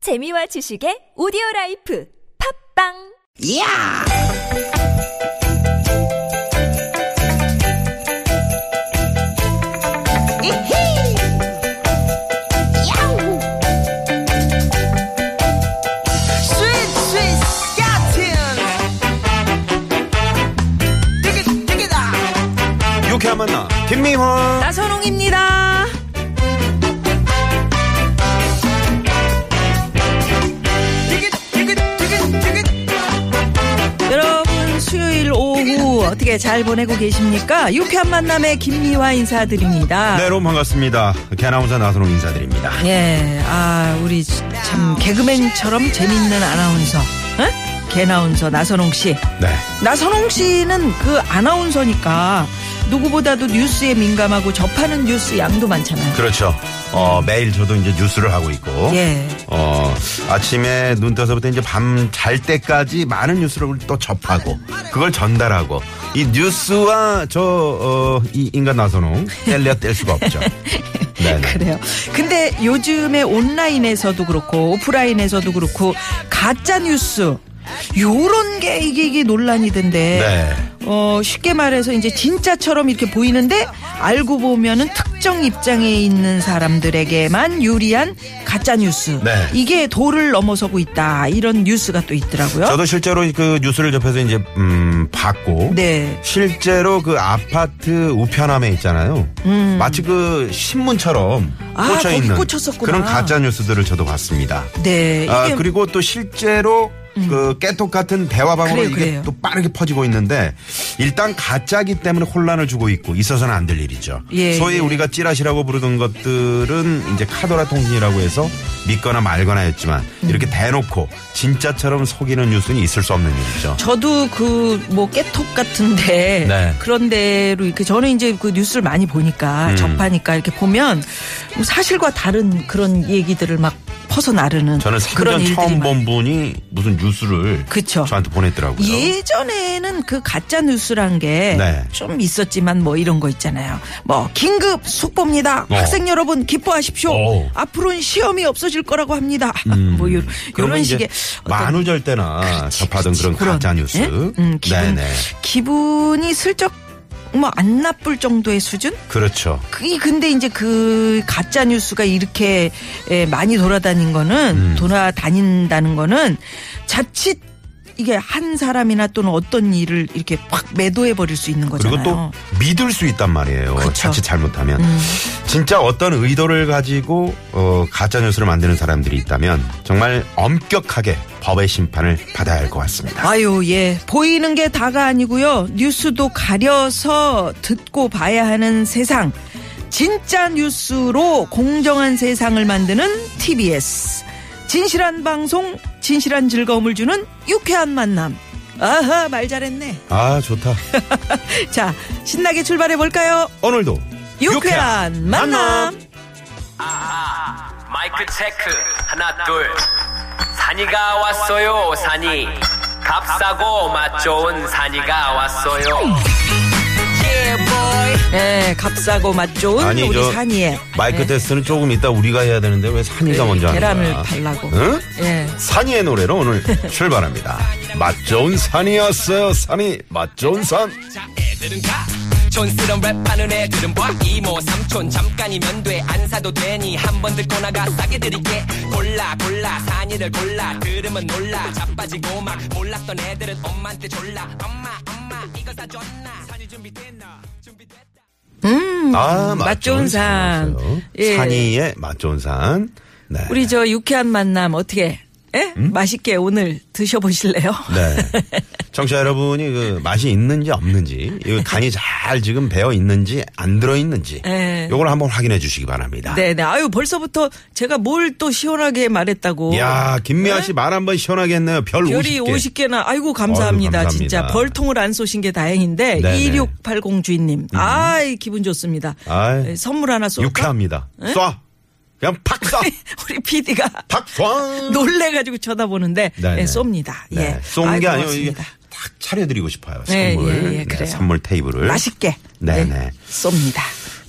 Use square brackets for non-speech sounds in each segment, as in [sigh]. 재미와 지식의 오디오 라이프 팝빵 야! 이히! 야우! 스윗, 스윗, 스카틴! 띠기, 띠기다! 유쾌한 만나 김미화 나선홍입니다. 띠기, 띠기, 띠기, 띠기. 여러분 수요일 오후 어떻게 잘 보내고 계십니까? 유쾌한 만남의 김미화 인사드립니다. 네, 여러분 반갑습니다. 개나운서 나선홍 인사드립니다. 예, 아 우리 참 개그맨처럼 재밌는 아나운서, 응? 개나운서 나선홍 씨. 네. 나선홍 씨는 그 아나운서니까 누구보다도 뉴스에 민감하고 접하는 뉴스 양도 많잖아요. 그렇죠. 어, 매일 저도 이제 뉴스를 하고 있고. 예. 어, 아침에 눈 떠서부터 이제 밤 잘 때까지 많은 뉴스를 또 접하고, 그걸 전달하고, 이 뉴스와 저, 어, 이 인간 나선홍, 뗄래야 뗄 수가 [laughs] 없죠. 네. 네. 그래요. 근데 요즘에 온라인에서도 그렇고 오프라인에서도 그렇고 가짜 뉴스 요런 게 이게, 이게 논란이던데. 네. 어 쉽게 말해서 이제 진짜처럼 이렇게 보이는데 알고 보면은 특정 입장에 있는 사람들에게만 유리한 가짜 뉴스. 네. 이게 도를 넘어서고 있다. 이런 뉴스가 또 있더라고요. 저도 실제로 그 뉴스를 접해서 이제, 음, 봤고. 네. 실제로 그 아파트 우편함에 있잖아요. 마치 그 신문처럼 음. 아, 꽂혀 거기 있는 꽂혔었구나. 그런 가짜 뉴스들을 저도 봤습니다. 네. 아, 이게 음. 그리고 또 실제로 그 깨톡 같은 대화 방으로 그래요, 이게 그래요. 또 빠르게 퍼지고 있는데 일단 가짜기 때문에 혼란을 주고 있고 있어서는 안 될 일이죠. 예, 소위 예. 우리가 찌라시라고 부르던 것들은 이제 카더라 통신이라고 해서 믿거나 말거나 했지만 음. 이렇게 대놓고 진짜처럼 속이는 뉴스는 있을 수 없는 일이죠. 저도 그 뭐 깨톡 같은데 [laughs] 네. 그런 데로 이렇게 저는 이제 그 뉴스를 많이 보니까 음. 접하니까 이렇게 보면 뭐 사실과 다른 그런 얘기들을 막 퍼서 나르는 저는 그런 3년 일들이 처음 본 많- 분이 무슨 뉴스를 그쵸. 예, 저한테 보냈더라고요. 예전에는 그 가짜 뉴스란 게 네. 좀 있었지만 뭐 이런 거 있잖아요. 뭐 긴급 속보입니다. 어. 학생 여러분 기뻐하십시오. 어. 음. 앞으로는 시험이 없어질 거라고 합니다. [laughs] 뭐 요, 그러면 런 이제 식의 어떤 만우절 때나 접하던 그치, 아, 그런 가짜 뉴스. 예? 음, 기분, 네네. 기분이 슬쩍 뭐 안 나쁠 정도의 수준? 그렇죠. 그, 이 근데 이제 그 가짜 뉴스가 이렇게 예, 많이 돌아다닌 거는 음. 돌아다닌다는 거는 자칫 이게 한 사람이나 또는 어떤 일을 이렇게 확 매도해 버릴 수 있는 거잖아요. 그렇죠. 음. 그리고 또 믿을 수 있단 말이에요. 그쵸. 자칫 잘못하면 진짜 어떤 의도를 가지고 어, 가짜 뉴스를 만드는 사람들이 있다면 정말 엄격하게 법의 심판을 받아야 할 것 같습니다. 아유, 예. 보이는 게 다가 아니고요. 뉴스도 가려서 듣고 봐야 하는 세상. 진짜 뉴스로 공정한 세상을 만드는 TBS. 진실한 방송, 진실한 즐거움을 주는 유쾌한 만남. 아하, 말 잘했네. 아 [laughs] 좋다. 자, 신나게 출발해 볼까요? 오늘도 유쾌한 만남. 마이크 체크 하나 둘 산이가 왔어요 산이 값싸고 맛 좋은 산이가 왔어요 예, 값싸고 맛 좋은 아니 우리 저 산이의 마이크 예, 테스트는 조금 이따 우리가 해야 되는데 왜 산이가 먼저 하는 그 계란을 거야? 발라고. 응? 예. 산이의 노래로 오늘 출발합니다. 맛 좋은 산이었어요, 산이. 맛 좋은 산. 자 애들은 가 촌스런 랩하는 애들은 봐 이모 삼촌 잠깐이면 돼 안 사도 되니 한 번 듣고 나가 싸게 드릴게 골라 골라 산이를 골라 들으면 놀라 자빠지고 막 몰랐던 애들은 엄마한테 졸라 엄마 엄마 이거 사줬나 산이 준비됐나 준비됐다 아, 음, 맛 좋은 산. 산이었어요. 예. 산이의 맛 좋은 산. 네. 우리 저 유쾌한 만남 어떻게 예? 맛있게 오늘 드셔보실래요? 음? 네. 청취자 여러분이 그 맛이 있는지 없는지, 이 간이 잘 지금 배어 있는지 안 들어 있는지, 예. 요걸 한번 확인해 주시기 바랍니다. [laughs] 네네. 아유 벌써부터 제가 뭘 또 시원하게 말했다고. 야, 김미아 씨 말 한번 시원하게 했네요. 별 네? 별이 50개. 50개. 나 아이고 감사합니다. 어휴, 감사합니다. 진짜 벌통을 안 쏘신 게 다행인데 네네. 음. 2680 주인님. 아이 기분 좋습니다. 아이. 예, 선물 하나 쏠까? 유쾌합니다. 네? 쏴. 그냥 팍 쏴. [laughs] 우리 PD가 [laughs] 팍 쏴. 놀래가지고 쳐다보는데 네네. 예, 쏩니다. 네. 예. 쏜 아이, 게 아니고 이게 고맙습니다. 딱 차려드리고 싶어요. 네, 선물. 예, 예, 네, 그래요. 선물 테이블을. 맛있게 네네. 예, 쏩니다. 아,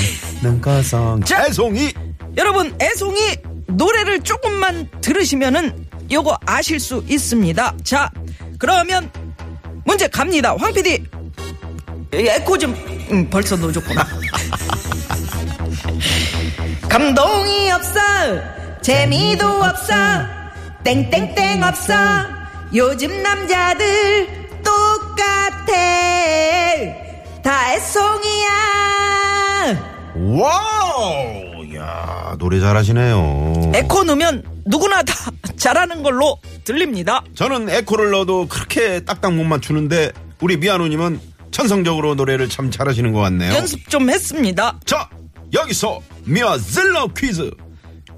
능가성 자. 애송이 여러분 애송이 노래를 조금만 들으시면은 요거 아실 수 있습니다. 자 그러면 문제 갑니다. 황 PD 에코 좀 음, 벌써 넣어줬구나. [laughs] 감동이 없어 재미도 없어 땡땡땡 없어 요즘 남자들 똑같아 다 애송이야. 와우 야 노래 잘하시네요. 에코 넣으면 누구나 다 [laughs] 잘하는 걸로 들립니다. 저는 에코를 넣어도 그렇게 딱딱 못 맞추는데 우리 미아노님은 천성적으로 노래를 참 잘하시는 것 같네요. 연습 좀 했습니다. 자 여기서 미아즐라 퀴즈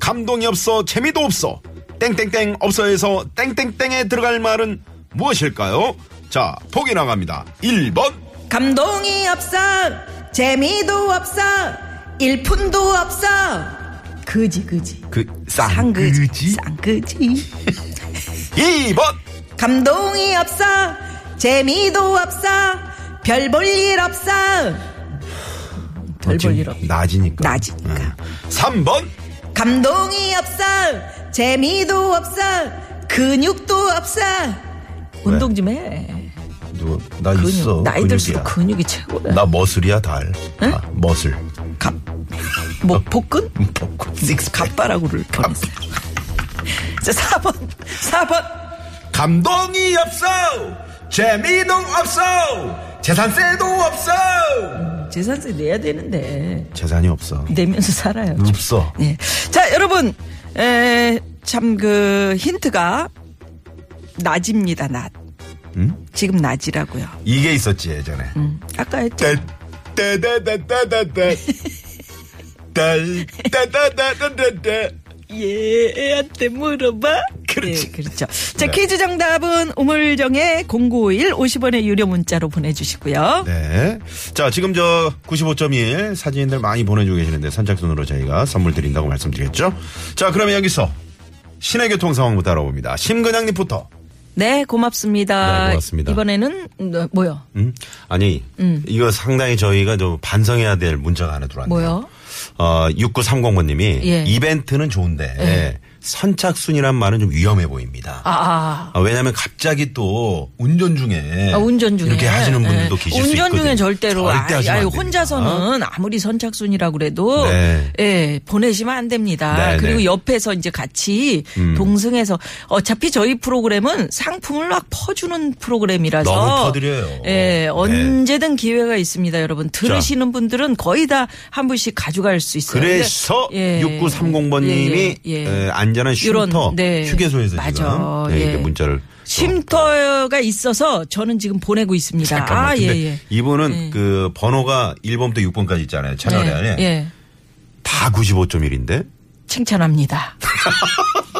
감동이 없어 재미도 없어 땡땡땡 없어에서 땡땡땡에 들어갈 말은 무엇일까요? 자 보기 나갑니다 1번 감동이 없어, 재미도 없어, 일푼도 없어. 그지 그지. 그 쌍그지 쌍그지. 쌍그지. 2번 감동이 없어, 재미도 없어, 별 볼 일 없어. 별 볼 일 없어. 낮이니까 네. 낮이니까. 3번 감동이 없어 재미도 없어 근육도 없어 운동 좀 해 누구 나 있어 근육 나이 들수록 근육이야. 근육이 최고야 나 머슬이야 달 아, 머슬 갑, 뭐 복근? 복근. 식 갑바라고를 보냈어 자 4번 4번 감동이 없어 재미도 없어 재산세도 없어 재산세 내야 되는데 재산이 없어 내면서 살아요 음. 좀. 없어 예. 자 여러분 참 그 힌트가 낮입니다 낮 음? 지금 낮이라고요 이게 있었지 예전에 아까 했죠 [laughs] 떼떼떼떼떼떼 떼떼떼떼떼떼 얘한테 예, 물어봐. 네. 그렇지. 예, 그렇죠. 자, 네. 퀴즈 정답은 우물정의 0951 50원의 유료 문자로 보내주시고요. 네. 자, 지금 저 95.1 사진들 많이 보내주고 계시는데 선착순으로 저희가 선물 드린다고 말씀드렸죠. 자, 그러면 여기서 시내 교통 상황부터 알아봅니다. 심근양님부터. 네, 고맙습니다. 네, 고맙습니다. 이번에는, 음, 어, 뭐요? 음? 아니, 이거 상당히 저희가 좀 반성해야 될 문자가 하나 들어왔네요. 뭐요? 어, 6930번님이 예. 이벤트는 좋은데 선착순이란 말은 좀 위험해 보입니다. 아, 아. 아, 왜냐면 갑자기 또 운전 중에 아, 운전 중에 네. 이렇게 하시는 분들도 예. 계실 수 있거든요. 운전 중에 절대로 절대 하시면 아, 아유, 안 됩니다. 어? 혼자서는 아무리 선착순이라 그래도 네. 예 보내시면 안 됩니다. 네, 음. 그리고 네. 옆에서 이제 같이 동승해서 어차피 저희 프로그램은 상품을 막 퍼주는 프로그램이라서 너무 퍼드려요. 예 네. 언제든 기회가 있습니다, 여러분. 들으시는 분들은 거의 다 한 분씩 가져갈 수 있어요. 그래서 근데- 예. 6930번님이 예, 예, 예. 안전한 쉼터 이런, 네. 휴게소에서 맞아. 지금 네, 예. 이렇게 문자를 어, 쉼터가 있어서 저는 지금 보내고 있습니다. 잠깐만. 아, 예, 근데 예. 이분은 예. 그 번호가 1번부터 6번까지 있잖아요. 채널 예, 안에 예. 다 95.1인데 [laughs] 칭찬합니다.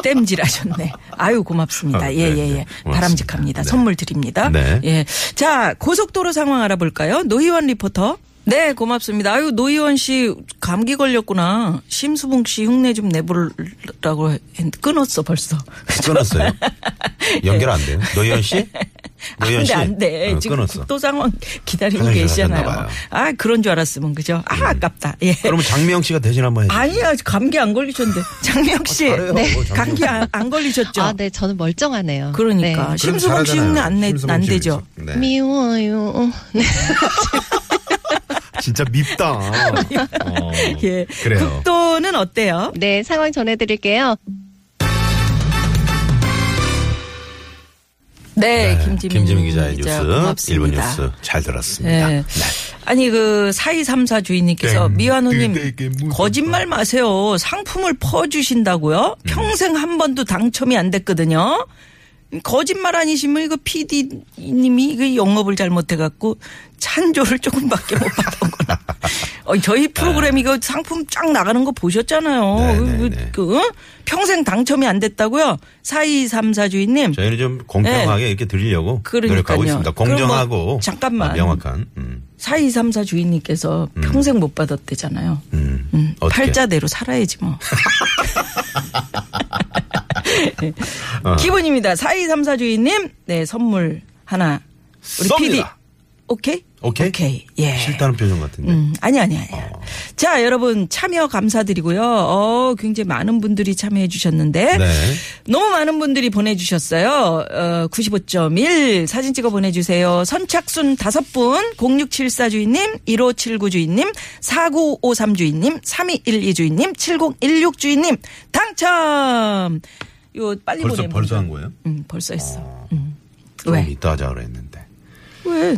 땜질하셨네. 아유 고맙습니다. 아, 예예예. 네, 네. 고맙습니다. 바람직합니다. 네. 선물 드립니다. 네. 예. 자 고속도로 상황 알아볼까요? 노희원 리포터. 네 고맙습니다. 아유 노희원 씨 감기 걸렸구나. 심수봉 씨 흉내 좀 내보라고 했는데 끊었어 벌써. 끊었어요. 연결 안 돼요. 노현 씨? 노현 씨? 아, 안돼 안돼. 어, 지금 끊었어. 국도 상황 기다리고 화장실 계시잖아요. 가셨나 봐요. 음. 아 그런 줄 알았으면 그죠. 아 아깝다. 예. 그러면 장미영 씨가 대신 한번 해주세요. 아니야 감기 안 걸리셨는데 장미영 씨 잘해요. 네. 어, 장미영 감기 안, 안 걸리셨죠? 아, 네, 저는 멀쩡하네요. 그러니까 네. 심수봉 씨는 안, 내, 안 되죠. 네. 미워요. 네. 진짜 밉다. 어, [laughs] 예. 그래요. 국도는 어때요? 네, 상황 전해드릴게요. 네, 김지민, 김지민 기자의 뉴스, 고맙습니다. 1분 뉴스 잘 들었습니다. 네. 예. 아니 그 4234 주인님께서 땡, 뭐 미완호님 뜨개게 묻었다. 음. 거짓말 마세요. 상품을 퍼주신다고요? 평생 한 번도 당첨이 안 됐거든요. 거짓말 아니시면 이거 PD님이 이거 영업을 잘못해갖고 찬조를 조금밖에 못 [laughs] 받았구나. 어, 저희 프로그램 이거 상품 쫙 나가는 거 보셨잖아요. 아. 네, 그, 네, 그, 네. 그, 어? 평생 당첨이 안 됐다고요? 4234 주인님. 저희는 좀 공평하게 이렇게 드리려고 네. 그러니까요. 노력하고 있습니다. 그럼 뭐 공정하고 잠깐만. 아, 명확한. 음. 4234 주인님께서 평생 못 받았대잖아요. 음. 음, 어떻게? 팔자대로 살아야지 뭐. [laughs] 네. 어. 기본입니다. 4234 주인님, 네, 선물 하나. 우리 쏩니다. PD. 오케이? 오케이? 오케이. 예. 싫다는 표정 같은데. 음, 아니, 아니, 아니. 자, 여러분, 참여 감사드리고요. 어, 굉장히 많은 분들이 참여해 주셨는데. 네. 너무 많은 분들이 보내주셨어요. 어, 95.1 사진 찍어 보내주세요. 선착순 다섯 분, 0674 주인님, 1579 주인님, 4953 주인님, 3212 주인님, 7016 주인님, 당첨! 요, 빨리 벌써 보내면. 벌써 한 거예요? 응, 벌써 했어. 좀 음. 왜? 이따 하자 그랬는데. 왜?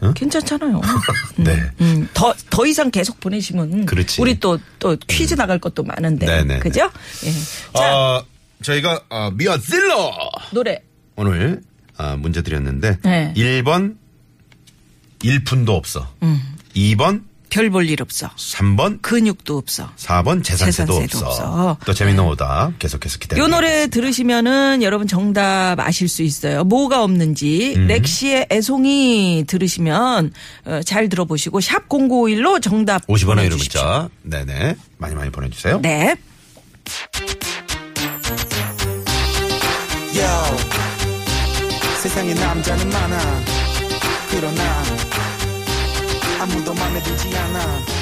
어? 괜찮잖아요. [laughs] 네. 음, 더, 더 이상 계속 보내시면. 그렇지. 음. 우리 또, 또 퀴즈 나갈 것도 많은데. 네네네. 그죠? 예. 자, 어, 저희가 어, 미어질러 노래. 오늘 아, 문제 드렸는데 네. 1번 1푼도 없어. 음. 2번, 별 볼 일 없어. 3번, 근육도 없어. 4번 재산세도, 재산세도 없어. 없어. 네. 또 재밌는 오답 계속해서 기다려. 요 노래 들으시면은 여러분 정답 아실 수 있어요. 뭐가 없는지 음. 렉시의 애송이 들으시면 어, 잘 들어보시고 샵 0951로 정답 50원의 유료 보내주십시오. 문자. 네네. 많이 많이 보내주세요. 네. Yo, 세상에 남자는 많아. 그러나 아무도 마음에 들지 않아. E